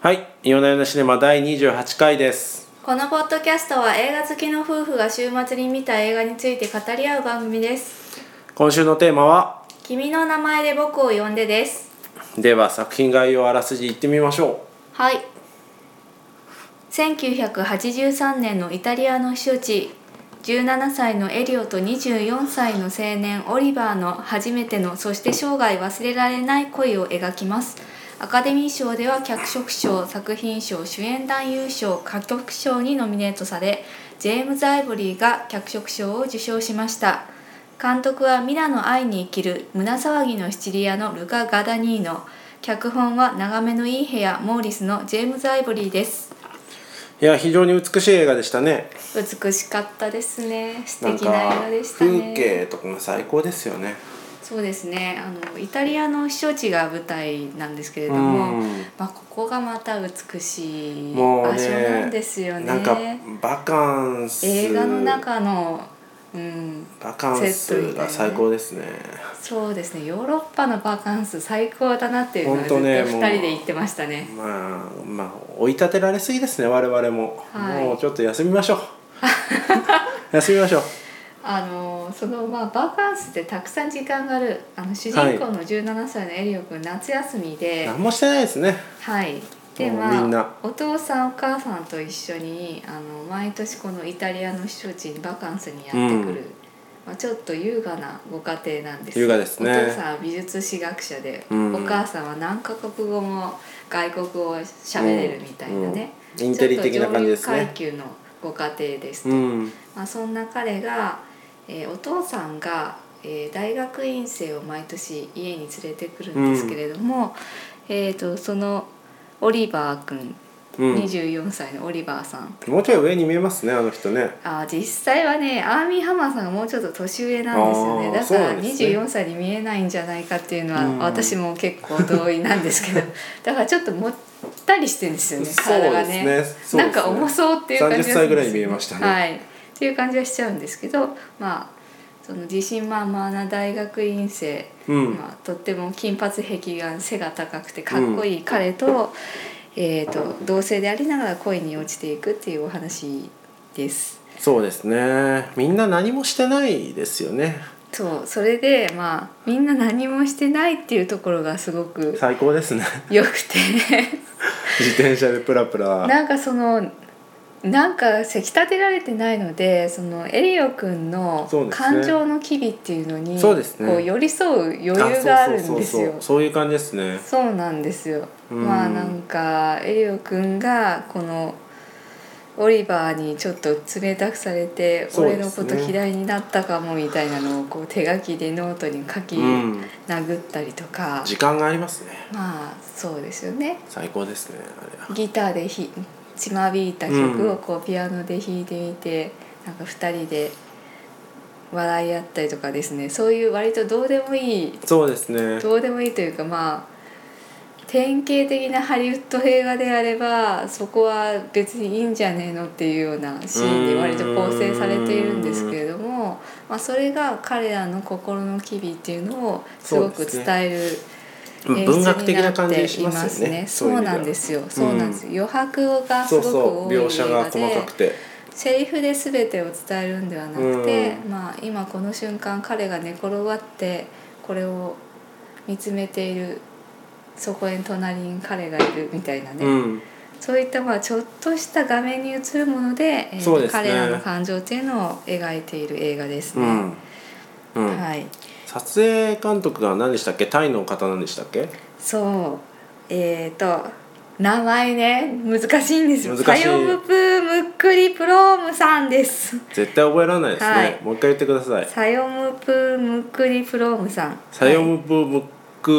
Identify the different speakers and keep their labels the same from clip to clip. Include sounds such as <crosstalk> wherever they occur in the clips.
Speaker 1: はい、夜な夜なシネマ第28回です。
Speaker 2: このポッドキャストは映画好きの夫婦が週末に見た映画について語り合う番組です
Speaker 1: 今週のテーマは、
Speaker 2: 君の名前で僕を呼んでです
Speaker 1: では作品概要あらすじ言ってみましょ
Speaker 2: はい1983年のイタリアの避暑地17歳のエリオと24歳の青年オリバーの初めてのそして生涯忘れられない恋を描きますアカデミー賞では脚色賞作品賞主演男優賞歌曲賞にノミネートされジェームズ・アイボリーが脚色賞を受賞しました監督はミラノ愛に生きる胸騒ぎのシチリアのルカ・ガダニーノ脚本は眺めのいい部屋モーリスのジェームズ・アイボリーです
Speaker 1: う。いや、非常に美しい映画でしたね。
Speaker 2: 美しかったですね素
Speaker 1: なん
Speaker 2: 敵
Speaker 1: か
Speaker 2: な映画でしたね
Speaker 1: 風景とかも最高ですよね。
Speaker 2: そうですねあのイタリアの避暑地が舞台なんですけれ
Speaker 1: う
Speaker 2: ども、
Speaker 1: ん。
Speaker 2: まあ、ここがまた美しい
Speaker 1: もう
Speaker 2: 場所
Speaker 1: ね
Speaker 2: なんですよね
Speaker 1: なんかバカンス。
Speaker 2: 映画の。中のうん
Speaker 1: バカンスが最高ですね。
Speaker 2: そうですねヨーロッパのバカンス最高だなっていうのは
Speaker 1: 本
Speaker 2: ず
Speaker 1: 当
Speaker 2: っと
Speaker 1: ね
Speaker 2: 2人で言ってましたね
Speaker 1: まあまあ追い立てられすぎですね我々も、
Speaker 2: はい
Speaker 1: もうちょっと休みまし
Speaker 2: <laughs>
Speaker 1: ょう休みましょう
Speaker 2: あのそのまあバカンスでたくさん時間があるあの主人公の17歳のエリオ君夏休みでは
Speaker 1: 何もしてないですね
Speaker 2: い、で
Speaker 1: もう
Speaker 2: まあ
Speaker 1: みんな
Speaker 2: お父さんお母さんと一緒にあの毎年このイタリアの避暑地にバカンスにやってくる、
Speaker 1: うん
Speaker 2: まあ、ちょっと優雅なご家庭なんです
Speaker 1: 優雅ですね
Speaker 2: お父さんは美術史学者で、
Speaker 1: うん
Speaker 2: お母さんは何カ国語も外国語を喋れるみたいなね、
Speaker 1: うんインテリ的な感じです
Speaker 2: ちょっ
Speaker 1: ね
Speaker 2: と上流階級のご家庭ですと。
Speaker 1: うん
Speaker 2: まあ、そんな彼が、えーお父さんが、えー大学院生を毎年家に連れてくるんですけれども、えー、とそのオリバー君、
Speaker 1: うん
Speaker 2: 24歳のオリバーさん
Speaker 1: もうちょい上に見えますねあの人ね
Speaker 2: あー実際はねアーミー・ハマーさんがもうちょっと年上なんですよ
Speaker 1: あ
Speaker 2: ね
Speaker 1: ー
Speaker 2: だ
Speaker 1: そ
Speaker 2: か
Speaker 1: うなん
Speaker 2: ら
Speaker 1: ですね
Speaker 2: 24歳に見えないんじゃないかっていうのは
Speaker 1: うん
Speaker 2: 私も結構同意なんですけど <laughs> だからちょっともったりしてるんですよね体がね。
Speaker 1: そうですね
Speaker 2: なんか重そうっていう感じがするんですよ
Speaker 1: 30歳ぐらいに見えましたね
Speaker 2: はい、っていう感じはしちゃうんですけど、まあその自信満々な大学院生、
Speaker 1: うん
Speaker 2: まあとっても金髪壁眼背が高くてかっこいい彼と、えっ、と同性でありながら恋に落ちていくっていうお話です。
Speaker 1: そうですねみんな何もしてないですよね
Speaker 2: そうそれでまあみんな何もしてないっていうところがすご
Speaker 1: <laughs>
Speaker 2: く
Speaker 1: 最高ですね
Speaker 2: 良くて。
Speaker 1: 自転車でプラプラ
Speaker 2: なんかそのなんかせき立てられてないのでそのエリオ君の
Speaker 1: そうですね
Speaker 2: 感情の機微っていうのに
Speaker 1: そうですね
Speaker 2: こう寄り添う余裕があるんです
Speaker 1: そうそうそうそ
Speaker 2: よ
Speaker 1: う。そういう感じですね
Speaker 2: そうなんですよ。
Speaker 1: うん
Speaker 2: まあなんかエリオ君がこのオリバーにちょっと冷たくされて、
Speaker 1: そう
Speaker 2: 俺
Speaker 1: で
Speaker 2: の
Speaker 1: す
Speaker 2: こ
Speaker 1: ね
Speaker 2: と嫌いになったかもみたいなのをこう手書きでノートに書き
Speaker 1: うん
Speaker 2: 殴ったりとか、
Speaker 1: 時間がありますね
Speaker 2: まあそうですよね。
Speaker 1: 最高ですねあれは
Speaker 2: ギターでひちまびいた曲をこうピアノで弾いてみて、なんか2人で笑い合ったりとかですねそういう割とどうでもいい
Speaker 1: そうですね
Speaker 2: どうでもいいというかまあ典型的なハリウッド映画であればそこは別にいいんじゃねえのっていうようなシーンで割と構成されているんですけれども、まあ、それが彼らの心の機微っていうのをすごく伝える、
Speaker 1: 文学的な感じしますよね
Speaker 2: そうなんですすよ。そうなんです。余白が
Speaker 1: そ
Speaker 2: すご
Speaker 1: うそ
Speaker 2: く多
Speaker 1: う
Speaker 2: い映
Speaker 1: 描
Speaker 2: 画で、
Speaker 1: 写が細かくて
Speaker 2: セリフで全てを伝えるんではなくて、まあ今この瞬間彼が寝転がってこれを見つめている。そこへ隣に彼がいるみたいなね、
Speaker 1: うん
Speaker 2: そういったまあちょっとした画面に映るものでえー
Speaker 1: そうですね
Speaker 2: 彼らの感情っていうのを描いている映画です
Speaker 1: う
Speaker 2: ね。
Speaker 1: んうん
Speaker 2: はい、
Speaker 1: 撮影監督が何でしたっけタイの方なんでしたっけ
Speaker 2: そうえっ、と名前ね難しいんですよ
Speaker 1: 難しい
Speaker 2: パヨムプームックリプロームさんです
Speaker 1: 絶対覚えられないですね、
Speaker 2: はい
Speaker 1: もう一回言ってください
Speaker 2: サヨムプームックリプロームさん
Speaker 1: サヨムブムック
Speaker 2: デ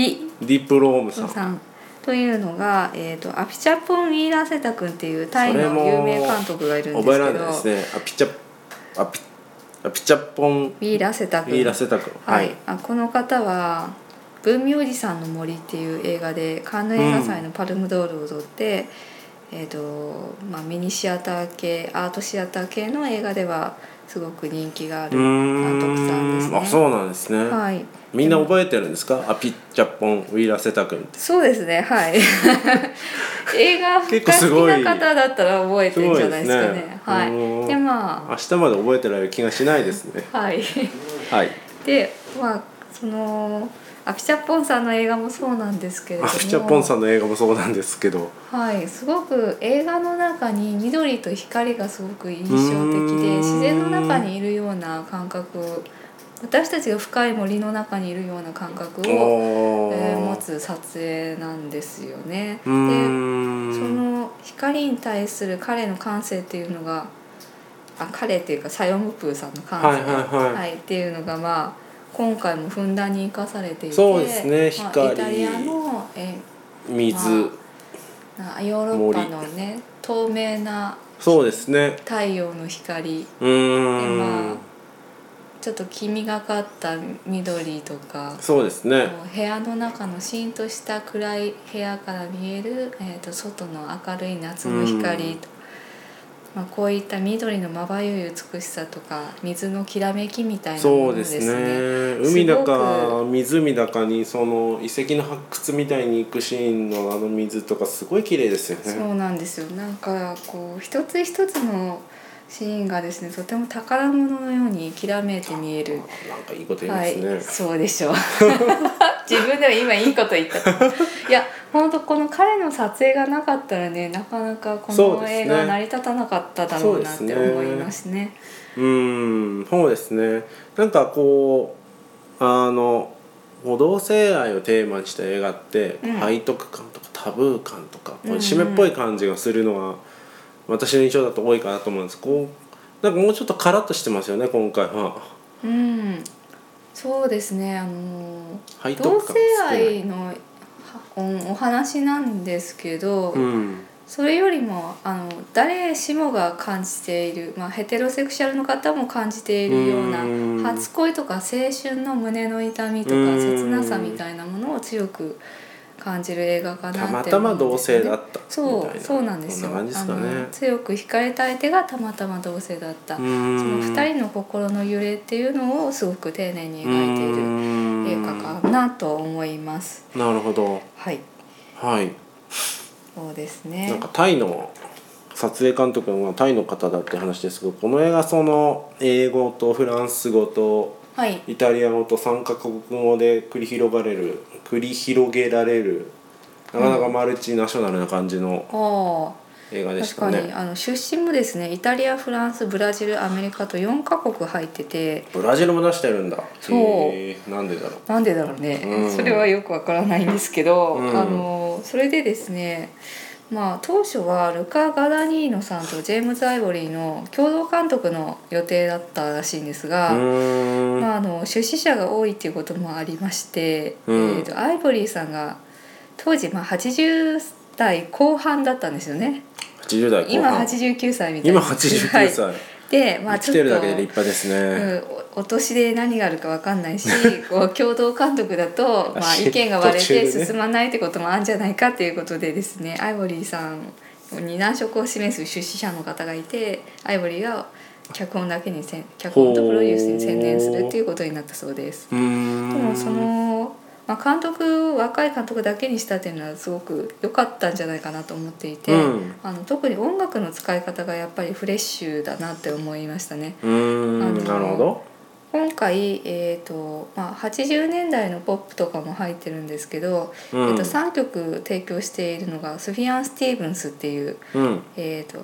Speaker 2: ィ
Speaker 1: ディプロームさん、
Speaker 2: さんというのが、えー、とアピチャポン・イーラセタ君っていうタイの
Speaker 1: それも
Speaker 2: 有名監督がいるんです
Speaker 1: 覚え
Speaker 2: け
Speaker 1: ら
Speaker 2: ど
Speaker 1: れないですねアピチャアピアピチャポン
Speaker 2: イーラセタ君
Speaker 1: ビーラセタ君
Speaker 2: はいあこの方は「文明寺さんの森」っていう映画でカンヌ映画祭のパルムドールを取って、えーとまあ、ミニシアター系アートシアター系の映画ではすごく人気がある
Speaker 1: うー
Speaker 2: 監督さんですね。
Speaker 1: あそうなんですね、
Speaker 2: はい、
Speaker 1: みんな覚えてるんですかあピッチャッポンウィーラセタ君って
Speaker 2: そうですねはい
Speaker 1: <laughs>
Speaker 2: 映画が
Speaker 1: 結構すご
Speaker 2: 好
Speaker 1: い
Speaker 2: きな方だったら覚えてるんじゃないですか
Speaker 1: す
Speaker 2: ね
Speaker 1: ごいですね
Speaker 2: は
Speaker 1: うん
Speaker 2: いでま
Speaker 1: 明日まで覚えてられる気がしないですね
Speaker 2: あはい
Speaker 1: はい
Speaker 2: でまあそのアピチャッポンさんの映画もそうなんですけれど
Speaker 1: ア
Speaker 2: も
Speaker 1: ピチャッポンさんの映画もそうなんですけど
Speaker 2: はいすごく映画の中に緑と光がすごく印象的
Speaker 1: うーん
Speaker 2: で自然の中にいるような感覚私たちが深い森の中にいるような感覚を、
Speaker 1: おー
Speaker 2: えー持つ撮影なんですよね。
Speaker 1: う
Speaker 2: で
Speaker 1: ーん
Speaker 2: その光に対する彼の感性っていうのがあ彼っていうかサヨムプーさんの感性、
Speaker 1: はいはいはい
Speaker 2: っていうのがまあ今回もふんだんに生かされていて
Speaker 1: そうですね
Speaker 2: まあ
Speaker 1: 光
Speaker 2: イタリアのえ
Speaker 1: 水
Speaker 2: なヨーロッパのね透明な
Speaker 1: そうですね
Speaker 2: 太陽の光
Speaker 1: うーん、
Speaker 2: でまちょっと黄みがかった緑とか。
Speaker 1: そうですね
Speaker 2: こう部屋の中のシーンとした暗い部屋から見える、えー、と外の明るい夏の
Speaker 1: う
Speaker 2: 光
Speaker 1: ん
Speaker 2: と、まあ、こういった緑のまばゆい美しさとか水のきらめきみたいなも
Speaker 1: そう
Speaker 2: の
Speaker 1: で
Speaker 2: です
Speaker 1: す
Speaker 2: ね。
Speaker 1: ね
Speaker 2: すごく
Speaker 1: 海だか湖だかにその遺跡の発掘みたいに行くシーンのあの水とかすごい綺麗ですよ
Speaker 2: そ
Speaker 1: ね
Speaker 2: うなんですよなんかこう一つ一つのシーンがですねとても宝物のようにきらめいて見える。
Speaker 1: なんかいいこと言いま
Speaker 2: は
Speaker 1: す
Speaker 2: い
Speaker 1: ね、、
Speaker 2: そうでしょう <laughs> 自分でも今いいこと言ったいや本当この彼の撮影がなかったらねなかなかこ
Speaker 1: そう
Speaker 2: の
Speaker 1: ですね
Speaker 2: 映画は成り立たなかっただろうなって思いますね
Speaker 1: うーんそうですねなんかこうあのこう同性愛をテーマにした映画って、
Speaker 2: うん
Speaker 1: 背徳感とかタブー感とかこ
Speaker 2: うんう
Speaker 1: うん締めっぽい感じがするのは私の印象だと多いかなと思うんですこうなんかもうちょっとカラッとしてますよね今回は
Speaker 2: うんそうですねあの
Speaker 1: 背徳感
Speaker 2: 同
Speaker 1: が少
Speaker 2: 性
Speaker 1: ない
Speaker 2: 愛のはおお話なんですけど、
Speaker 1: うん
Speaker 2: それよりもあの誰しもが感じている、まあ、ヘテロセクシャルの方も感じているような
Speaker 1: うん
Speaker 2: 初恋とか青春の胸の痛みと
Speaker 1: うん
Speaker 2: か切なさみたいなものを強く感じる映画か
Speaker 1: た
Speaker 2: な
Speaker 1: ま
Speaker 2: って
Speaker 1: たま
Speaker 2: 思う
Speaker 1: 同
Speaker 2: んですよ
Speaker 1: 性
Speaker 2: ね
Speaker 1: だったみたいな
Speaker 2: そうそうなんです
Speaker 1: こ
Speaker 2: よ
Speaker 1: んな感じですかね
Speaker 2: あの強く惹かれた相手がたまたま同性だった、
Speaker 1: そ
Speaker 2: そ
Speaker 1: の
Speaker 2: の2人の心の揺れっていうのをすごく丁寧に描いている映画かなと思います
Speaker 1: なるほど
Speaker 2: はい
Speaker 1: はい
Speaker 2: そうですね
Speaker 1: なんかタイの撮影監督がタイの方だって話ですけどこの映画その英語とフランス語と
Speaker 2: はい
Speaker 1: イタリア語と3カ国語で繰り広がれる繰り広げられるなかなかマルチナショナルな感じの
Speaker 2: おー
Speaker 1: 映画でし
Speaker 2: 確
Speaker 1: た
Speaker 2: かに
Speaker 1: ね。
Speaker 2: あの出身もですねイタリアフランスブラジルアメリカと4カ国入ってて
Speaker 1: ブラジルも出してるんだ。
Speaker 2: そう
Speaker 1: へーなんでだろう。
Speaker 2: なんでだろうね、
Speaker 1: うん
Speaker 2: それはよくわからないんですけど、
Speaker 1: うん
Speaker 2: あのそれでですねまあ当初はルカ・ガダニーノさんとジェームズ・アイボリーの共同監督の予定だったらしいんです
Speaker 1: う
Speaker 2: が、
Speaker 1: ーん。
Speaker 2: まあ、あの出資者が多いっていうこともありまして、
Speaker 1: うん
Speaker 2: えー、とアイボリーさんが当時まあ80代後半だったんですよね
Speaker 1: 80代後
Speaker 2: 今
Speaker 1: 半。
Speaker 2: 89歳みたい
Speaker 1: 今
Speaker 2: な
Speaker 1: 89
Speaker 2: はい
Speaker 1: 歳。
Speaker 2: で、まあ、
Speaker 1: 生
Speaker 2: ち
Speaker 1: き
Speaker 2: ょっ
Speaker 1: てる
Speaker 2: と
Speaker 1: だけで立派です <laughs> ね。
Speaker 2: うんおお年で何があるか分かんな
Speaker 1: <laughs>
Speaker 2: いしこう共同監督だと、まあ、
Speaker 1: 足
Speaker 2: 意見が割れ
Speaker 1: 途中でね
Speaker 2: て進まないってこともあるんじゃないかということでですねアイボリーさんに難色を示す出資者の方がいてアイボリーが脚本だけにせん脚本とプロデュースに専念するっていうことになったそうです。
Speaker 1: うーん。
Speaker 2: でもその、まあ、監督若い監督だけにしたっていうのはすごく良かったんじゃないかなと思っていて、
Speaker 1: うん
Speaker 2: あの特に音楽の使い方がやっぱりフレッシュだなって思いましたね。
Speaker 1: うーん。
Speaker 2: あ
Speaker 1: な
Speaker 2: の
Speaker 1: るほど。
Speaker 2: 今回、えーとまあ、80年代のポップとかも入ってるんですけど、
Speaker 1: うん
Speaker 2: えー、と3曲提供しているのがスフィアン・スティーブンスっていう、
Speaker 1: うん。
Speaker 2: えーと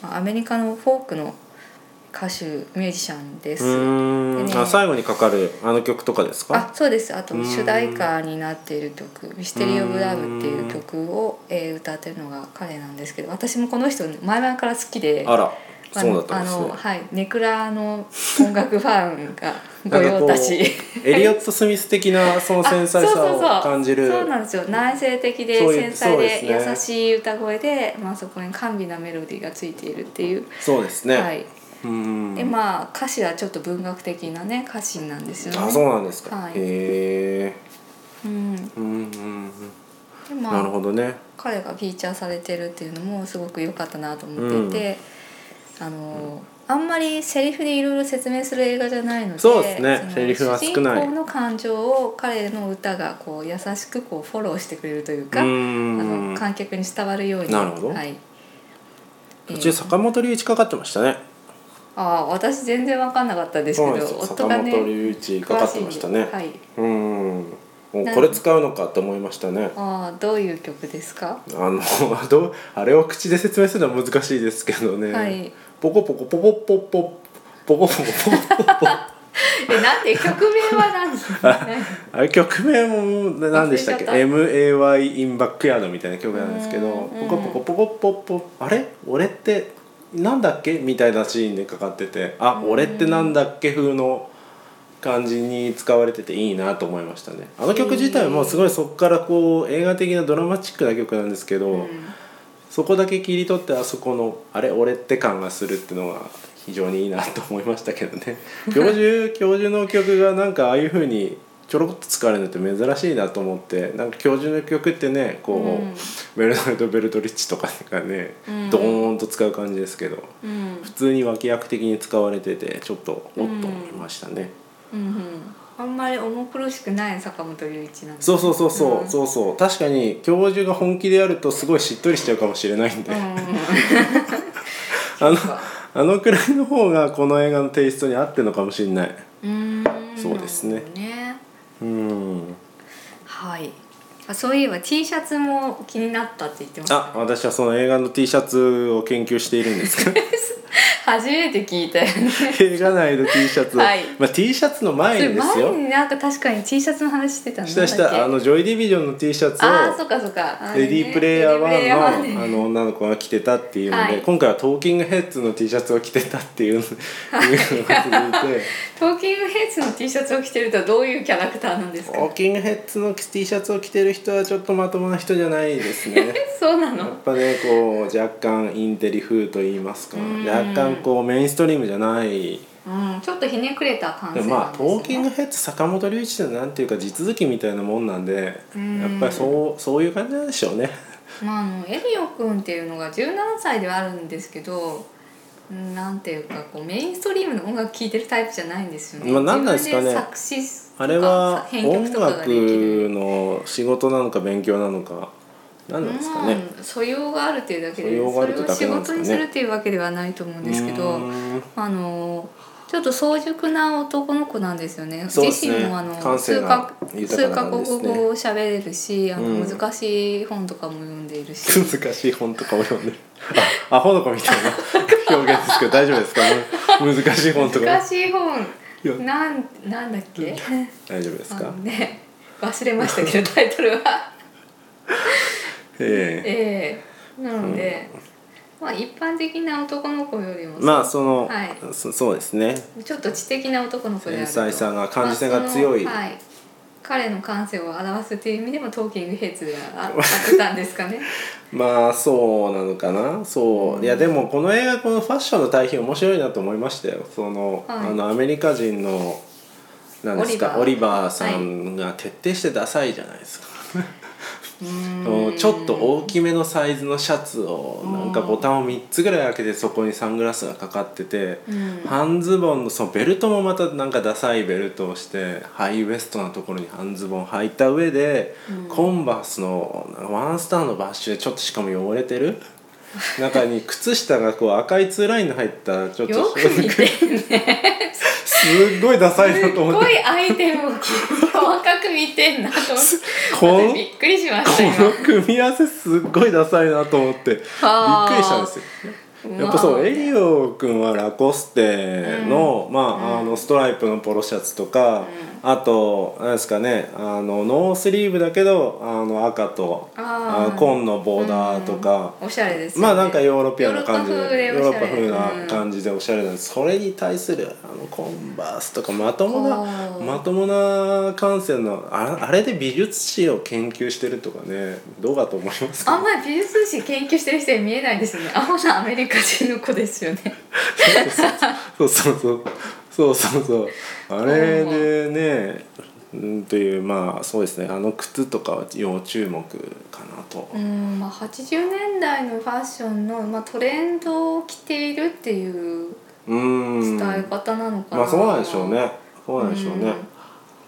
Speaker 2: まあアメリカのフォークの歌手ミュージシャンで
Speaker 1: う
Speaker 2: す。
Speaker 1: ーん、
Speaker 2: でね
Speaker 1: あ最後にかかるあの曲とかです
Speaker 2: あ
Speaker 1: か
Speaker 2: そうですあと
Speaker 1: うん
Speaker 2: 主題歌になっている曲「ミステリー・オブ・ラブ」っていう曲を、えー歌ってるのが彼なんですけど私もこの人前々から好きで
Speaker 1: あら
Speaker 2: あ
Speaker 1: そうだ
Speaker 2: の
Speaker 1: ったんです
Speaker 2: あの
Speaker 1: ね
Speaker 2: はいネクラの音楽ファンが御用達。
Speaker 1: エリオット・スミス的なその繊細
Speaker 2: <laughs> あそうそうそ
Speaker 1: さを
Speaker 2: う
Speaker 1: 感じる
Speaker 2: そうなんですよ内省的で
Speaker 1: そういう
Speaker 2: 繊細で
Speaker 1: そうですね
Speaker 2: 優しい歌声で、まあ、そこに甘美なメロディーがついているっていう、
Speaker 1: そうですね、
Speaker 2: はいう
Speaker 1: ーん
Speaker 2: でまあ歌詞はちょっと文学的なね歌詞なんですよね
Speaker 1: あそうなんですか、
Speaker 2: はい
Speaker 1: へえ
Speaker 2: うんで
Speaker 1: うんうんうんなる
Speaker 2: まあ
Speaker 1: ほどね
Speaker 2: 彼がフィーチャーされてるっていうのもすごく良かったなと思っていて、あのあんまりセリフでいろいろ説明する映画じゃないので
Speaker 1: そうですね
Speaker 2: その
Speaker 1: セリフは少ない
Speaker 2: 主人公の感情を彼の歌がこう優しくこうフォローしてくれるとい
Speaker 1: う
Speaker 2: うか、あ
Speaker 1: ん
Speaker 2: の観客に伝わるように
Speaker 1: なるほど
Speaker 2: はい、えー
Speaker 1: 途中坂本龍一かかってましたね
Speaker 2: ああ私全然分かんなかったですけ
Speaker 1: そう
Speaker 2: ど
Speaker 1: です
Speaker 2: 夫
Speaker 1: 坂
Speaker 2: が
Speaker 1: 本
Speaker 2: ね
Speaker 1: 龍一かかってましたね、
Speaker 2: 詳しいはい、
Speaker 1: うんもうこれ使うのかと思いましたね
Speaker 2: ああどういう曲ですか、 <laughs>
Speaker 1: あのどうあれを口で説明するのは難しいですけどね、
Speaker 2: はい
Speaker 1: ポコポコポポポポポコポコポコ
Speaker 2: えなんで曲名は何ですか
Speaker 1: あれ曲名もね何でしたっけ「
Speaker 2: 忘れ
Speaker 1: MAY in Backyard」みたいな曲なんですけど
Speaker 2: うんうん
Speaker 1: ポコポコポコポコあれ俺ってなんだっけみたいなシーンでかかっててあ
Speaker 2: うん
Speaker 1: 俺ってなんだっけ風の感じに使われてていいなと思いましたねあの曲自体もすごいそこからこう映画的なドラマチックな曲なんですけど、
Speaker 2: うん
Speaker 1: そこだけ切り取ってあそこの「あれ俺って感がする」ってのは非常にいいなと思いましたけどね
Speaker 2: <laughs>
Speaker 1: 教授教授の曲がなんかああいうふうにちょろっと使われるのって珍しいなと思ってなんか教授の曲ってねこう、
Speaker 2: うん
Speaker 1: ベルナルド・ベルトリッチとかがね、
Speaker 2: うん
Speaker 1: ドーンと使う感じですけど
Speaker 2: うん
Speaker 1: 普通に脇役的に使われててちょっとおっと思いましたね。
Speaker 2: うんうんあんまり重苦しくない坂本龍一なんです
Speaker 1: そうそうそうそう、
Speaker 2: うん
Speaker 1: そうそう確かに教授が本気でやるとすごいしっとりしちゃうかもしれないんで、
Speaker 2: うんうんうん
Speaker 1: あの
Speaker 2: そっか
Speaker 1: あのくらいの方がこの映画のテイストに合ってるのかもしれない。
Speaker 2: うーん
Speaker 1: そうですね
Speaker 2: なるほどね
Speaker 1: うん。
Speaker 2: はいあそういえば T シャツも気になったって言ってました
Speaker 1: あ、私はその映画の T シャツを研究しているんです
Speaker 2: <laughs>
Speaker 1: けど、
Speaker 2: 初めて聞いたよね
Speaker 1: 映画内の T シャツを、
Speaker 2: はい
Speaker 1: まあ T シャツの前にです
Speaker 2: 前
Speaker 1: よ。
Speaker 2: になんか確かに T シャツの話してたの
Speaker 1: したしたあのジョイディビジョンの T シャツ
Speaker 2: あーそ
Speaker 1: を
Speaker 2: っかそっか
Speaker 1: レディープレイヤー1の,、
Speaker 2: 1
Speaker 1: あの女の子が着てたっていうので、
Speaker 2: はい
Speaker 1: 今回はトーキングヘッズの T シャツを着てたっていうのい
Speaker 2: <laughs>
Speaker 1: うのが続いて。
Speaker 2: トーキングヘッズの T シャツを着てるとどういうキャラクターなんです
Speaker 1: ウ
Speaker 2: か
Speaker 1: ォーキングヘッズの T シャツを着てる人はちょっとまともな人じゃないですね
Speaker 2: そうな
Speaker 1: や
Speaker 2: の
Speaker 1: っぱねこう若干インテリ風と言いますか
Speaker 2: うん
Speaker 1: 若干こうメインストリームじゃない
Speaker 2: うんちょっとひねくれた感
Speaker 1: で
Speaker 2: じ
Speaker 1: も
Speaker 2: な
Speaker 1: ま
Speaker 2: ん
Speaker 1: あ
Speaker 2: です
Speaker 1: ト
Speaker 2: ね
Speaker 1: ーキングヘッズ坂本龍一ってなんていうか地続きみたいなもんなんで
Speaker 2: うん
Speaker 1: やっぱりそうそういう感じなんでしょうね
Speaker 2: まあ、あのエリオくんっていうのが17歳ではあるんですけどうんなんていうかこうメインストリームの音楽聴いてるタイプじゃないんですよね。
Speaker 1: まあ何なんですかね
Speaker 2: 自分作詞とか
Speaker 1: あれは
Speaker 2: 編曲
Speaker 1: 音
Speaker 2: とかができる
Speaker 1: 楽の仕事なのか勉強なのか何なんですかね
Speaker 2: うん素養があるっていうだけで
Speaker 1: 素養があるってだ
Speaker 2: そ
Speaker 1: け
Speaker 2: れを
Speaker 1: なん
Speaker 2: 仕
Speaker 1: です
Speaker 2: 事
Speaker 1: かね
Speaker 2: にするっていうわけではないと思うんですけど
Speaker 1: うーん
Speaker 2: あのちょっと早熟な男の子なんですよね
Speaker 1: そうです
Speaker 2: 自
Speaker 1: ね
Speaker 2: 身もあの
Speaker 1: 感性
Speaker 2: 数
Speaker 1: が
Speaker 2: か
Speaker 1: 豊
Speaker 2: 数
Speaker 1: かな
Speaker 2: か
Speaker 1: 感
Speaker 2: 国
Speaker 1: じですね
Speaker 2: 語を喋れるしあの、
Speaker 1: うん
Speaker 2: 難しい本とかも読んでい
Speaker 1: <laughs>
Speaker 2: るし。
Speaker 1: 難しい本とかを読んでるあアホの子みたいな表現ですけど大丈夫ですかね難しい本とか
Speaker 2: 難しい本
Speaker 1: いや
Speaker 2: なんなんだっけ
Speaker 1: 大丈夫です
Speaker 2: あ
Speaker 1: か
Speaker 2: のね忘れました
Speaker 1: <laughs>
Speaker 2: けどタイトルは
Speaker 1: ええ
Speaker 2: ええなので、まあ一般的な男の子よりも
Speaker 1: まあその、
Speaker 2: はい
Speaker 1: そそうですね
Speaker 2: ちょっと知的な男の子である
Speaker 1: 繊
Speaker 2: と
Speaker 1: 細さが感受性が強い、
Speaker 2: まあそのはい彼の感性を表すという意味でもトーキングヘッズではあ合ってたんですかね。
Speaker 1: まあそうなのかなそう、
Speaker 2: うん
Speaker 1: いやでもこの映画このファッションの対比面白いなと思いましたよその、
Speaker 2: はい
Speaker 1: あのアメリカ人のなんですかオ
Speaker 2: オ
Speaker 1: リ
Speaker 2: リ
Speaker 1: バーさんが徹底してダサいじゃないですか、 <laughs>
Speaker 2: うー
Speaker 1: うん
Speaker 2: ん
Speaker 1: ちょっと大きめのサイズのシャツをなんかボタンを3つぐらい開けてそこにサングラスがかかってて、
Speaker 2: うん
Speaker 1: 半ズボンのそのベルトもまたなんかダサいベルトをしてハイウエストなところに半ズボン履いた上で、
Speaker 2: うん
Speaker 1: コンバースのワンスターのバッシュでちょっとしかも汚れてる中に靴下がこう赤いツーラインの入ったちょっと
Speaker 2: よく見て
Speaker 1: <laughs> すっごいダサいな
Speaker 2: す
Speaker 1: と思っ
Speaker 2: ご
Speaker 1: て
Speaker 2: いアイテムを細かく見てんなと思って
Speaker 1: この
Speaker 2: びっくりしまし
Speaker 1: こ
Speaker 2: た今
Speaker 1: の組み合わせすっごいダサいなと思ってびっくり
Speaker 2: はあ
Speaker 1: したんですよ。やっぱそうエリオ君はラコステの,、まあ、あのストライプのポロシャツとか、あとなんですかねあのノースリーブだけどあの赤と
Speaker 2: あー
Speaker 1: あ紺のボーダーとか、
Speaker 2: おしゃれですよね
Speaker 1: まあなんかヨーロピアンな感じで
Speaker 2: ヨ
Speaker 1: ヨ
Speaker 2: ー
Speaker 1: ー
Speaker 2: ロ
Speaker 1: ロ
Speaker 2: ッ
Speaker 1: ッ
Speaker 2: パ
Speaker 1: パ
Speaker 2: 風
Speaker 1: 風
Speaker 2: でおしゃれ
Speaker 1: な感じでおしゃれなんです、それに対するあのコンバースとかまとも
Speaker 2: お
Speaker 1: な
Speaker 2: ー
Speaker 1: まともな感性のああれで美術史を研究してるとかねどうかと思いますか
Speaker 2: あんまり美術史研究してる人に見えないですよねアホなアメリカ人の子ですよね
Speaker 1: そうそうそうそうそうそうあれでねうんというまあそうですねあの靴とかは要注目かなと、
Speaker 2: うん、まあ、80年代のファッションの、まあ、トレンドを着ているっていう
Speaker 1: うーん
Speaker 2: 伝え方なのかな、
Speaker 1: まあそうなんでしょうねそうなんでしょうね
Speaker 2: ん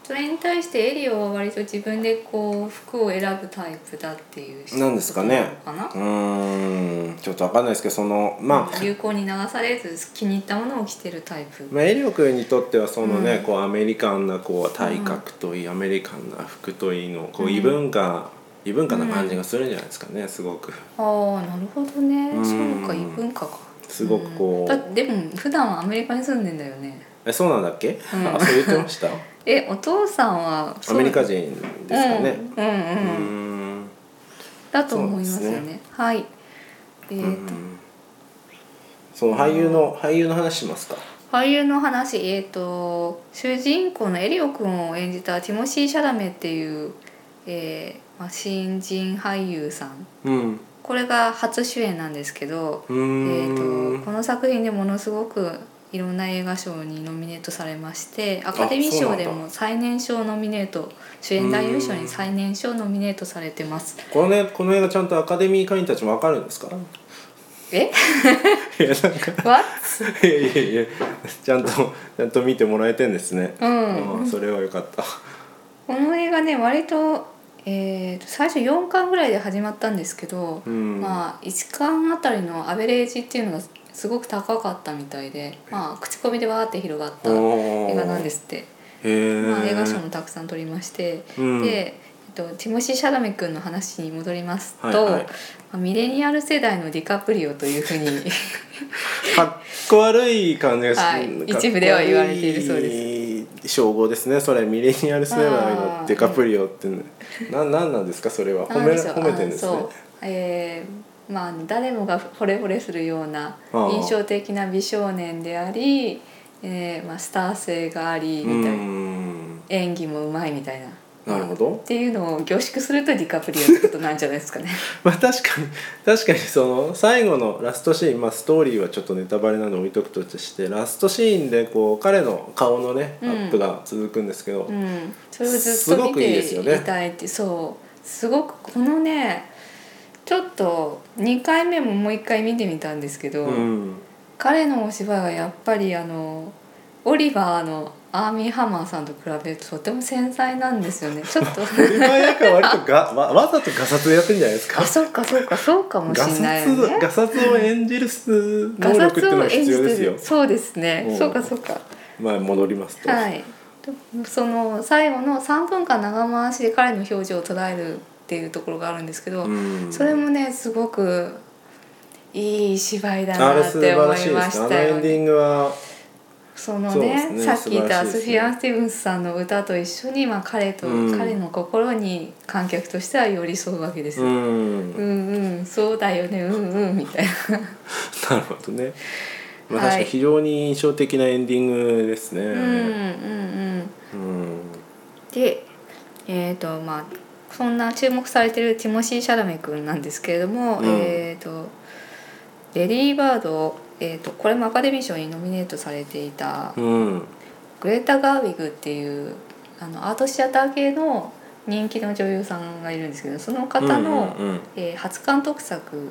Speaker 2: それに対してエリオは割と自分でこう服を選ぶタイプだっていう人
Speaker 1: なんですかね
Speaker 2: なのか
Speaker 1: う
Speaker 2: な
Speaker 1: ーんちょっとわかんないですけどそのまあ、
Speaker 2: 流行に流されず気に入ったものを着てるタイプ、
Speaker 1: まあ、エリオ君にとってはそのね、
Speaker 2: うん
Speaker 1: こうアメリカンなこう体格といい、アメリカンな服といいのこ
Speaker 2: う
Speaker 1: うん異文化、異文化な感じがするんじゃないですかねすごく
Speaker 2: ああなるほどね、
Speaker 1: うん
Speaker 2: そうか異文化か
Speaker 1: すごくこう、
Speaker 2: だでも普段はアメリカに住んでんだよね
Speaker 1: えそうなんだっけ、
Speaker 2: うん
Speaker 1: あそう言ってました
Speaker 2: えお父さんは
Speaker 1: アメリカ
Speaker 2: 人
Speaker 1: 人ですかね、
Speaker 2: うんう
Speaker 1: う
Speaker 2: んうん、
Speaker 1: ん
Speaker 2: だと思いますよ
Speaker 1: そうな
Speaker 2: ね
Speaker 1: んです
Speaker 2: はいえ
Speaker 1: う
Speaker 2: ーと
Speaker 1: んその俳優の俳優の話しますか
Speaker 2: 俳優の話えー、と主人公のエリオ君を演じたティモシー・シャラメっていう、えーまあ、新人俳優さん
Speaker 1: うん
Speaker 2: これが初主演なんですけど、
Speaker 1: う
Speaker 2: え
Speaker 1: ー
Speaker 2: ー、と
Speaker 1: ん
Speaker 2: この作品でものすごくいろんな映画賞にノミネートされましてアカデミー
Speaker 1: そうな
Speaker 2: 賞
Speaker 1: んだ
Speaker 2: でも最年少ノミネート主演男優賞に最年少ノミネートされてます。
Speaker 1: このねこの映画ちゃんとアカデミー会員たちもわかるんですか <laughs>
Speaker 2: え <laughs>
Speaker 1: いやなんか
Speaker 2: What？
Speaker 1: いやいやいやちゃんとちゃんと見てもらえてんですね、
Speaker 2: うん
Speaker 1: あーそれはよかった
Speaker 2: この映画ね割と,、えーと最初4巻ぐらいで始まったんですけど、
Speaker 1: うん、
Speaker 2: まあ1巻あたりのアベレージっていうのがすごく高かったみたいで、まあ、口コミでわーって広がった映
Speaker 1: 映
Speaker 2: 画なんですすって、
Speaker 1: へえ、
Speaker 2: まあ、映画賞もたくさん取りまして、
Speaker 1: うん、
Speaker 2: で、えっと、ティモシー・シャダメ君の話に戻りますと、
Speaker 1: はいはい
Speaker 2: まあミレニアル世代のディカプリオというふうに
Speaker 1: かっこ悪い感じがし、
Speaker 2: はい一部では言われているそう
Speaker 1: です称号ですねそれミレニアル世代のデカプリオってねななんなんですかそれは褒め
Speaker 2: なんでしょう
Speaker 1: 褒めてるんです
Speaker 2: あ
Speaker 1: ね
Speaker 2: そうえーまあ誰もが惚れ惚れするような
Speaker 1: ああ
Speaker 2: 印象的な美少年でありえーまあ、スター性があり
Speaker 1: う
Speaker 2: みたいな、
Speaker 1: ん
Speaker 2: 演技もうまいみたいな
Speaker 1: なるほど
Speaker 2: っ、ていうのを凝縮するとディカプリオってことなんじゃないですかね
Speaker 1: <laughs> まあ、確かに確かにその最後のラストシーン、まあ、ストーリーはちょっとネタバレなので置いとくとしてラストシーンでこう彼の顔のね、
Speaker 2: うん
Speaker 1: アップが続くんですけど、
Speaker 2: うんそれをずっと見て
Speaker 1: すご
Speaker 2: い
Speaker 1: くいいですよね
Speaker 2: たいってそうすごくこのねちょっと2回目ももう1回見てみたんですけど、
Speaker 1: うん
Speaker 2: 彼のお芝居はやっぱりあのオリバーのアーミーハマーさんと比べるととても繊細なんですよねちょっと
Speaker 1: 今なんか割とがわわざと <laughs> ガサツでやってるんじゃないですか
Speaker 2: あそうかそうかそうかもし
Speaker 1: ガ
Speaker 2: れないよ
Speaker 1: サツ
Speaker 2: ね
Speaker 1: ガサツを演じる能力っていうのが必要ですよ
Speaker 2: そうですね、
Speaker 1: うん
Speaker 2: そうかそうか
Speaker 1: まあ戻りますと、
Speaker 2: はいその最後の3分間長回しで彼の表情を捉えるっていうところがあるんですけど、
Speaker 1: うん
Speaker 2: それもねすごくいい芝居だ
Speaker 1: あ
Speaker 2: な
Speaker 1: れ
Speaker 2: っ
Speaker 1: 素晴
Speaker 2: て思
Speaker 1: らしい
Speaker 2: い
Speaker 1: で
Speaker 2: まし
Speaker 1: すねあの
Speaker 2: た
Speaker 1: エ
Speaker 2: よ
Speaker 1: ン
Speaker 2: ね
Speaker 1: ディングは
Speaker 2: その
Speaker 1: そうで
Speaker 2: ね
Speaker 1: すね
Speaker 2: さっき言っ
Speaker 1: 素晴ら
Speaker 2: た
Speaker 1: しい
Speaker 2: ス
Speaker 1: です
Speaker 2: フ
Speaker 1: ね
Speaker 2: ィアン・スティーブンスさんの歌と一緒に、まあ、彼と、
Speaker 1: うん
Speaker 2: 彼の心に観客としては寄り添うわけです
Speaker 1: う
Speaker 2: よ、うん
Speaker 1: ん
Speaker 2: うんそうだよねうんうんみたいな
Speaker 1: なるほどね、まあ、
Speaker 2: はい
Speaker 1: 確かに非常に印象的なエンディングですね、
Speaker 2: うんうんうん
Speaker 1: うん
Speaker 2: でえっ、とまあそんな注目されてるティモシー・シャラメ君なんですけれども、
Speaker 1: うん
Speaker 2: えっ、と「レディー・バードを」えー、とこれもアカデミー賞にノミネートされていた
Speaker 1: うん
Speaker 2: グレータ・ガーウィグっていうあのアートシアター系の人気の女優さんがいるんですけどその方の、
Speaker 1: うんうん
Speaker 2: えー初監督作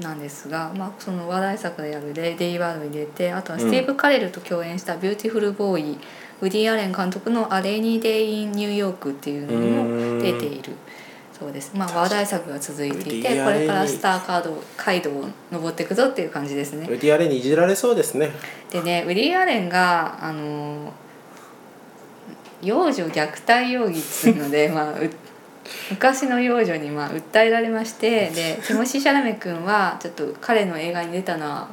Speaker 2: なんですが、まあ、その話題作である「レディー・バード」に出てあとはスティーブ・カレルと共演した「ビューティフル・ボーイ」ウディ・アレン監督の「アレニー・デイ・イン・ニューヨーク」っていうのにも
Speaker 1: うん
Speaker 2: 出ているそうです、まあ、話題作が続いてい
Speaker 1: ウデ
Speaker 2: て
Speaker 1: ィ
Speaker 2: こ
Speaker 1: アレニ
Speaker 2: れからスターカード街道を登っていくぞっていう感じですね
Speaker 1: ウ。ディアレンにいじられそうですね
Speaker 2: でねウディ・アレンがあのー幼女虐待容疑っていうの
Speaker 1: <laughs>
Speaker 2: でまあう昔の幼女にまあ訴えられましてでティモシー・シャラメ君はちょっと彼の映画に出たのは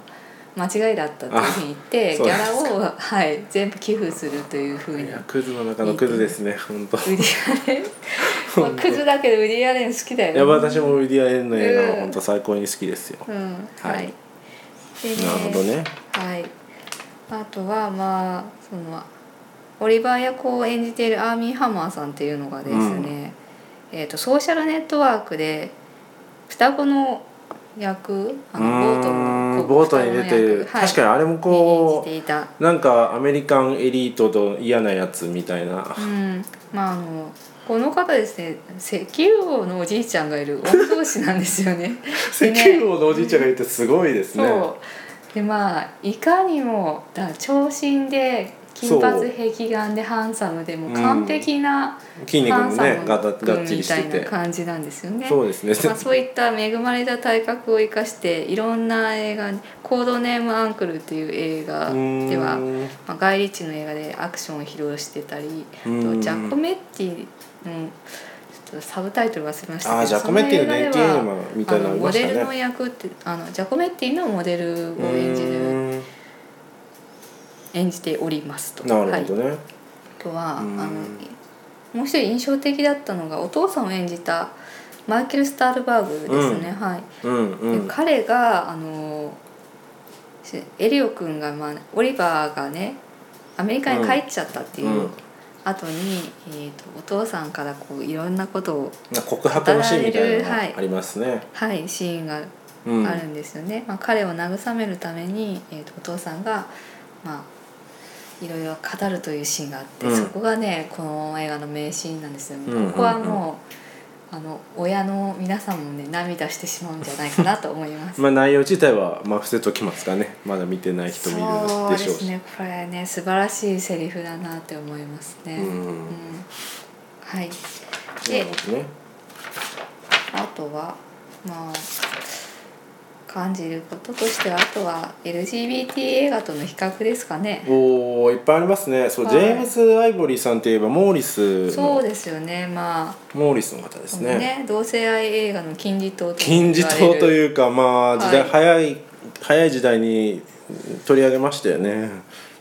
Speaker 2: 間違いだったというふうに言って
Speaker 1: あ <laughs> そ
Speaker 2: ギ
Speaker 1: うで
Speaker 2: ャラを、はい、全部寄付するというふう
Speaker 1: い
Speaker 2: に。
Speaker 1: やクズの中のクズですね本当
Speaker 2: ウディアレン、まあ、クズだけどウディアレン好きだよ
Speaker 1: いや私もウディアレンの映画は
Speaker 2: うん
Speaker 1: 本当最高に好きですよ、
Speaker 2: うんはい、
Speaker 1: はい
Speaker 2: で
Speaker 1: なるほどね
Speaker 2: はい、あとはまあそのオリバー役を演じているアーミー・ハマーさんっていうのがですね、えー、とソーシャルネットワークで双子の役あのボート
Speaker 1: うー
Speaker 2: の
Speaker 1: ん
Speaker 2: こ
Speaker 1: ボ
Speaker 2: う
Speaker 1: ートに出てる、
Speaker 2: 双子の役はい
Speaker 1: 確かにあれも
Speaker 2: 演
Speaker 1: こ
Speaker 2: じていた、
Speaker 1: うなんかアメリカンエリートと嫌なやつみたいな
Speaker 2: うんまあ、あのこの方ですね石油王のおじいちゃ
Speaker 1: <laughs>
Speaker 2: <laughs> んがいる御曹司なんですよね。
Speaker 1: 石油王のおじいちゃんがいてすごいですね
Speaker 2: そうでまあいかにもだ長身で金髪壁眼でハンサムでもう完璧な
Speaker 1: 筋肉
Speaker 2: ハ
Speaker 1: も
Speaker 2: ンサム
Speaker 1: ねがたがっち
Speaker 2: 君み
Speaker 1: りしたて
Speaker 2: いな
Speaker 1: て
Speaker 2: 感じなんですよね。
Speaker 1: そうですね
Speaker 2: まあ、そういった恵まれた体格を生かしていろんな映画に「コードネームアンクル」っていう映画では
Speaker 1: う、ーん
Speaker 2: まあ、ガイ・リッチの映画でアクションを披露してたりあと
Speaker 1: うん
Speaker 2: ジャコメッティのちょっとサブタイトル忘れましたけど
Speaker 1: あージャコメッティのね
Speaker 2: そ
Speaker 1: ゲ
Speaker 2: 映画で
Speaker 1: ー
Speaker 2: は
Speaker 1: ムみたいな
Speaker 2: あ
Speaker 1: のあ
Speaker 2: の
Speaker 1: り
Speaker 2: モ
Speaker 1: まし
Speaker 2: デル
Speaker 1: た
Speaker 2: の
Speaker 1: ね
Speaker 2: 役ってあのジャコメッティのモデルを演じ
Speaker 1: う
Speaker 2: る
Speaker 1: ーん
Speaker 2: 演じておりますと。
Speaker 1: な
Speaker 2: は
Speaker 1: る
Speaker 2: い
Speaker 1: ほどね、
Speaker 2: あとはあ
Speaker 1: うん
Speaker 2: のもう一人印象的だったのがお父さんを演じたマイケル・スタールバーグですね、はい、
Speaker 1: うんうん
Speaker 2: で彼があのしエリオ君が、まあ、オリバーがねアメリカに帰っちゃったっていう、
Speaker 1: うん
Speaker 2: 後に、えー、とお父さんからこういろんなことを、
Speaker 1: なんか告白のシーンみたいなの
Speaker 2: はい
Speaker 1: がありますね、
Speaker 2: はい、シーンが
Speaker 1: うん
Speaker 2: あるんですよね、まあ、彼を慰めるために、えー、とお父さんが、まあ、いろいろ語るというシーンがあって、
Speaker 1: うん
Speaker 2: そこがねこの映画の名シーンなんですよ、
Speaker 1: うんうんうん
Speaker 2: ここはもうあの親の皆さんもね涙してしまうんじゃないかなと思います。
Speaker 1: まあ内容自体はまあ伏せときますかねまだ見てない人もい
Speaker 2: そう
Speaker 1: るで
Speaker 2: で
Speaker 1: しょうし
Speaker 2: すねこれね素晴らしいセリフだなって思いますね。
Speaker 1: うん
Speaker 2: うんはい
Speaker 1: な
Speaker 2: で
Speaker 1: るほどね
Speaker 2: あとはまあ感じることとしてはあとは LGBT 映画との比較ですかね。
Speaker 1: おおいっぱいありますねそう、
Speaker 2: はい
Speaker 1: ジェームズ・アイボリーさんといえばモーリス
Speaker 2: そう
Speaker 1: の
Speaker 2: ですよねまあ
Speaker 1: モーリスの方です
Speaker 2: この
Speaker 1: ね
Speaker 2: ね同性愛映画の金字塔と
Speaker 1: 金字塔と
Speaker 2: う
Speaker 1: いうかまあ時代、
Speaker 2: はい
Speaker 1: 早い早い時代に取り上げましたよねも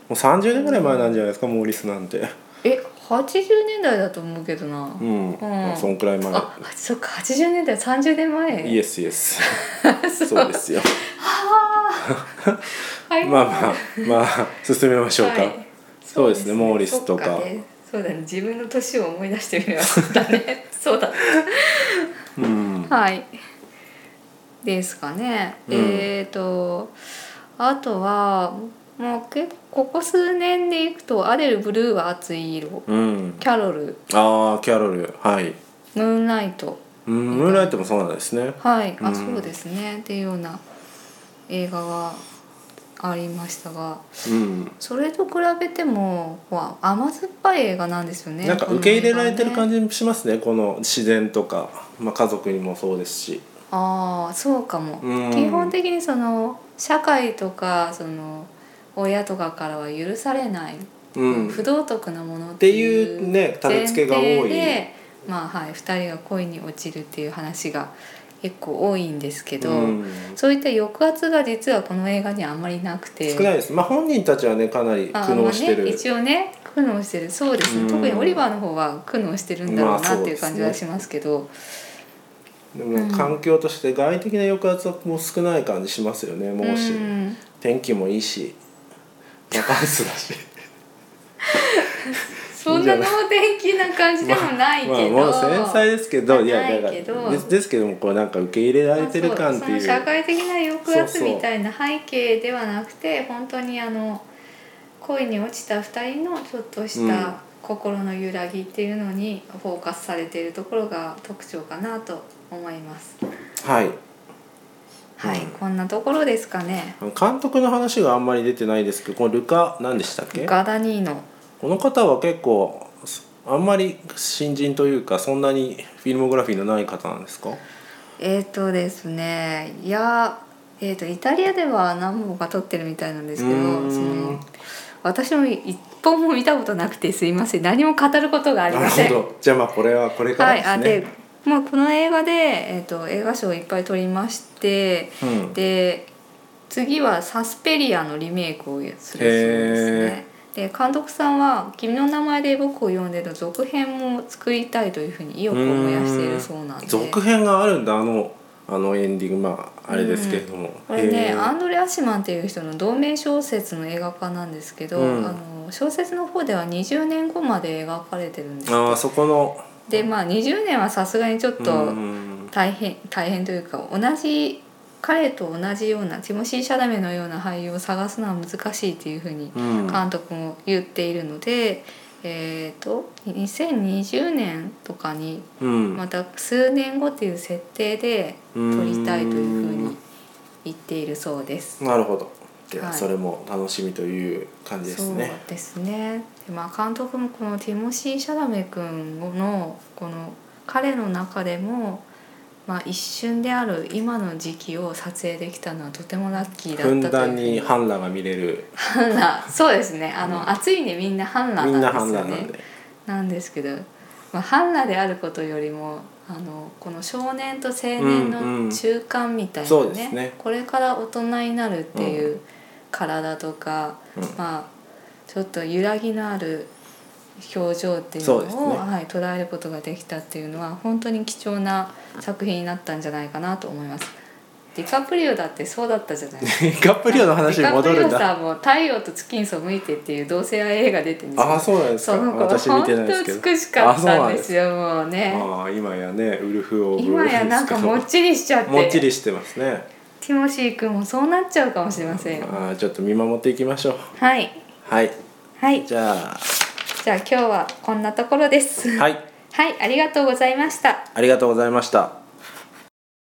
Speaker 1: う30年ぐらい前なんじゃないですか、モーリスなんて
Speaker 2: え80年代だと思うけどな、
Speaker 1: うん、まあそんくらい前
Speaker 2: あそっか80年代30年前
Speaker 1: イエスイエス <laughs> そうですよ
Speaker 2: はい
Speaker 1: まあまあまあ進めましょうか、
Speaker 2: はい
Speaker 1: そうですねモーリスとか
Speaker 2: そっねそうだね自分の年を思い出してみればそうだね
Speaker 1: <laughs>
Speaker 2: そうだ
Speaker 1: うん
Speaker 2: はいですかね、
Speaker 1: うん
Speaker 2: えっ、とあとはもう結構ここ数年でいくと「アデル・ブルーは熱い色
Speaker 1: うん」
Speaker 2: 「キャロル」
Speaker 1: ああキャロルはい
Speaker 2: 「ムーンナイト
Speaker 1: うんムーンライトもそうなんですね」
Speaker 2: はいあ、
Speaker 1: うん
Speaker 2: そうですねっていうような映画がありましたが
Speaker 1: うん
Speaker 2: それと比べてもわ甘酸っぱい映画なんですよね
Speaker 1: なんか受け入れられてる
Speaker 2: じ
Speaker 1: 感じしますねこの自然とか、まあ、家族にもそうですし、
Speaker 2: ああそうかも、
Speaker 1: うん
Speaker 2: 基本的にその社会とかその親とかからは許されない、
Speaker 1: うん、
Speaker 2: 不
Speaker 1: っ
Speaker 2: 道徳なものってて
Speaker 1: い
Speaker 2: い
Speaker 1: う
Speaker 2: う
Speaker 1: ねタレ
Speaker 2: 前
Speaker 1: 付
Speaker 2: 提
Speaker 1: けが多い
Speaker 2: でまあはい、2人が恋に落ちるっていう話が結構多いんですけど、
Speaker 1: うん
Speaker 2: そういった抑圧が実はこの映画にはあんまりなくて
Speaker 1: 少ないです、まあ、本人たちはねかなり苦
Speaker 2: あまあ
Speaker 1: 悩してる、
Speaker 2: ね、一応ね苦悩してるそうですね、
Speaker 1: うん
Speaker 2: 特にオリバーの方は苦悩してるんだろう
Speaker 1: まあ
Speaker 2: なってい
Speaker 1: そうで
Speaker 2: う
Speaker 1: すね
Speaker 2: 感じはしますけど、
Speaker 1: で
Speaker 2: うん
Speaker 1: も環境として外的な抑圧はもう少ない感じしますよねもうし、
Speaker 2: うん
Speaker 1: 天気もいいしバカンスだ
Speaker 2: <laughs>
Speaker 1: し
Speaker 2: そんな能天気な感じでもないけ
Speaker 1: まあ
Speaker 2: ど、
Speaker 1: もう繊細ですけどいや
Speaker 2: ない
Speaker 1: だ
Speaker 2: け
Speaker 1: か
Speaker 2: ど
Speaker 1: らですですけどもこうなんか受け入れられてる感って
Speaker 2: まあ
Speaker 1: い
Speaker 2: そうの社会的な抑圧
Speaker 1: そうそう
Speaker 2: みたいな背景ではなくて本当にあの恋に落ちた2人のちょっとし
Speaker 1: うん
Speaker 2: た心の揺らぎっていうのにフォーカスされているところが特徴かなと思います。
Speaker 1: はい
Speaker 2: はい、
Speaker 1: うん
Speaker 2: こんなところですかね。
Speaker 1: 監督の話があんまり出てないですけどこのルカ何でしたっけ
Speaker 2: ガダニーノ
Speaker 1: この方は結構あんまり新人というかそんなにフィルモグラフィーのない方なんですか
Speaker 2: えっ、とですねいやえー、とイタリアでは何本か撮ってるみたいなんですけ
Speaker 1: う
Speaker 2: ど
Speaker 1: ーん
Speaker 2: その私も一本も見たことなくてすいません何も語ることがあり
Speaker 1: な
Speaker 2: ま
Speaker 1: る
Speaker 2: せん。
Speaker 1: ほどじゃあまあこれはこれか
Speaker 2: は
Speaker 1: ら
Speaker 2: い、あ
Speaker 1: です
Speaker 2: で
Speaker 1: ね、
Speaker 2: まあ、この映画で、えー、と映画賞をいっぱい取りまして
Speaker 1: うん
Speaker 2: で次は「サスペリア」のリメイクをするそうですね。で監督さんは「君の名前で僕を呼んで」の続編も作りたいというふうに意欲を燃やしているそうなんで
Speaker 1: 続編があるんだあのあのエンディングまああれですけれども、
Speaker 2: これね
Speaker 1: へー
Speaker 2: アンドレ・アシマンっていう人の同名小説の映画化なんですけど、
Speaker 1: うん
Speaker 2: あの小説の方では20年後まで描かれてるんです
Speaker 1: あーそこの
Speaker 2: でまあ20年はさすがにちょっと
Speaker 1: うん
Speaker 2: 大変大変というか同じ彼と同じようなティモシー・シャダメのような俳優を探すのは難しいっていうふうに
Speaker 1: うん
Speaker 2: 監督も言っているので、えー、と2020年とかに
Speaker 1: うん
Speaker 2: また数年後っていう設定で撮りたいというふうに言っているそうです。
Speaker 1: なるほどって、
Speaker 2: はい
Speaker 1: それも楽しみという感じですね。
Speaker 2: そうですねでまあ監督もこのティモシー・シャダメ君のこの彼の中でも、まあ、一瞬である今の時期を撮影できたのはとてもラッキーだったと
Speaker 1: ふ
Speaker 2: いうん
Speaker 1: だんに半裸が見れる、
Speaker 2: 半裸そうですねあ
Speaker 1: う
Speaker 2: の、
Speaker 1: ん
Speaker 2: 暑いんでみんな半裸
Speaker 1: みんな
Speaker 2: なん
Speaker 1: 半
Speaker 2: ですよ
Speaker 1: 裸なん
Speaker 2: ね
Speaker 1: で。 <laughs>
Speaker 2: なんですけど、まあ、半裸であることよりもあのこの少年と青年
Speaker 1: うんう
Speaker 2: の
Speaker 1: ん
Speaker 2: 中間みたいなね,、
Speaker 1: そうですね
Speaker 2: これから大人になるっていうう体とか、
Speaker 1: うん
Speaker 2: まあちょっと揺らぎのある表情っていうのを
Speaker 1: そうですね
Speaker 2: はい、捉えることができたっていうのは本当に貴重な作品になったんじゃないかなと思います。ディカプリオだってそうだったじゃないですか
Speaker 1: ディカプリオの話に戻るん
Speaker 2: ディカプリ
Speaker 1: だ。
Speaker 2: オさんも「太陽と月に背いて」っていう同性愛映画出てるんですよ
Speaker 1: ああ、そうなんです
Speaker 2: そ
Speaker 1: か。
Speaker 2: の子は
Speaker 1: 私見
Speaker 2: 本
Speaker 1: てないですけど。
Speaker 2: 当美しかっ
Speaker 1: あそう
Speaker 2: た
Speaker 1: なんん
Speaker 2: で
Speaker 1: ですす
Speaker 2: よもうね
Speaker 1: ああ、今やね、ウルフオブ
Speaker 2: 今やなんかもっちりしちゃって
Speaker 1: もっちりしてますね。
Speaker 2: ティモシー君もそうなっちゃうかもしれませんよ
Speaker 1: ああ、ちょっと見守っていきましょう。
Speaker 2: はい
Speaker 1: はい。
Speaker 2: はい
Speaker 1: じゃあ、
Speaker 2: じゃあ今日はこんなところです
Speaker 1: はい、
Speaker 2: はいありがとうございました
Speaker 1: ありがとうございました。